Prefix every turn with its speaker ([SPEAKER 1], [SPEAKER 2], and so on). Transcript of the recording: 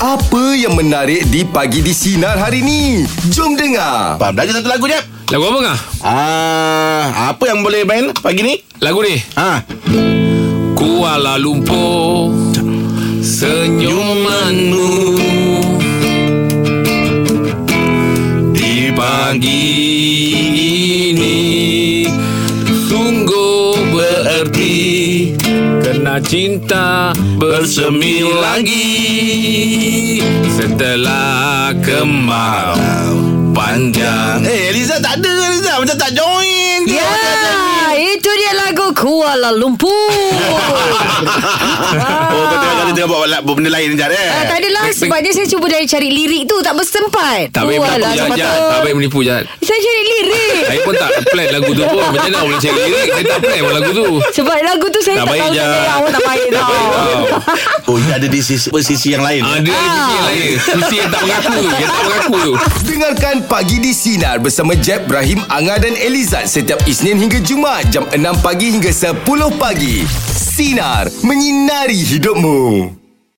[SPEAKER 1] Apa yang menarik di pagi di sinar hari ni? Jom dengar.
[SPEAKER 2] Faham Belajar satu lagu jap
[SPEAKER 3] Lagu apa ngah?
[SPEAKER 2] Ah, Apa yang boleh main pagi ni
[SPEAKER 3] Lagu ni
[SPEAKER 2] Ah,
[SPEAKER 3] Kuala Lumpur Senyumanmu Di pagi ini Sungguh bererti Kena cinta bersemi lagi Setelah kemarau panjang
[SPEAKER 2] Eh Eliza tak ada Eliza Macam tak join ke?
[SPEAKER 4] Ya, itu dia lagu Kuala Lumpur.
[SPEAKER 2] Oh kau tengah kata
[SPEAKER 4] ah.
[SPEAKER 2] tengah buat la- buat benda lain sekejap eh
[SPEAKER 4] Ah, tak adalah sebabnya saya cuba dari cari lirik tu tak bersempat.
[SPEAKER 3] Tak baik menipu
[SPEAKER 4] Kuala
[SPEAKER 3] jahat, jahat.
[SPEAKER 4] Lumpur.
[SPEAKER 3] Tak baik menipu jahat
[SPEAKER 4] Saya cari lirik.
[SPEAKER 3] Saya pun tak plan lagu tu pun Macam mana boleh cari lirik Saya tak plan pun lagu tu
[SPEAKER 4] Sebab lagu tu saya
[SPEAKER 3] Tak
[SPEAKER 4] tak,
[SPEAKER 3] baik,
[SPEAKER 4] tahu
[SPEAKER 3] Jad.
[SPEAKER 4] saya awak tak baik
[SPEAKER 3] Tak
[SPEAKER 4] tau.
[SPEAKER 3] baik tau
[SPEAKER 2] Oh dia ada di sisi, apa, sisi yang lain eh?
[SPEAKER 3] Ah, Dia ada sisi yang lain Sisi yang tak mengaku tu Yang tak mengaku tu
[SPEAKER 1] Dengarkan Pagi di Sinar bersama Jeb, Ibrahim, Anga dan Elizad setiap Isnin hingga Jumaat jam 6 pagi hingga 10 pagi. Sinar, menyinari hidupmu.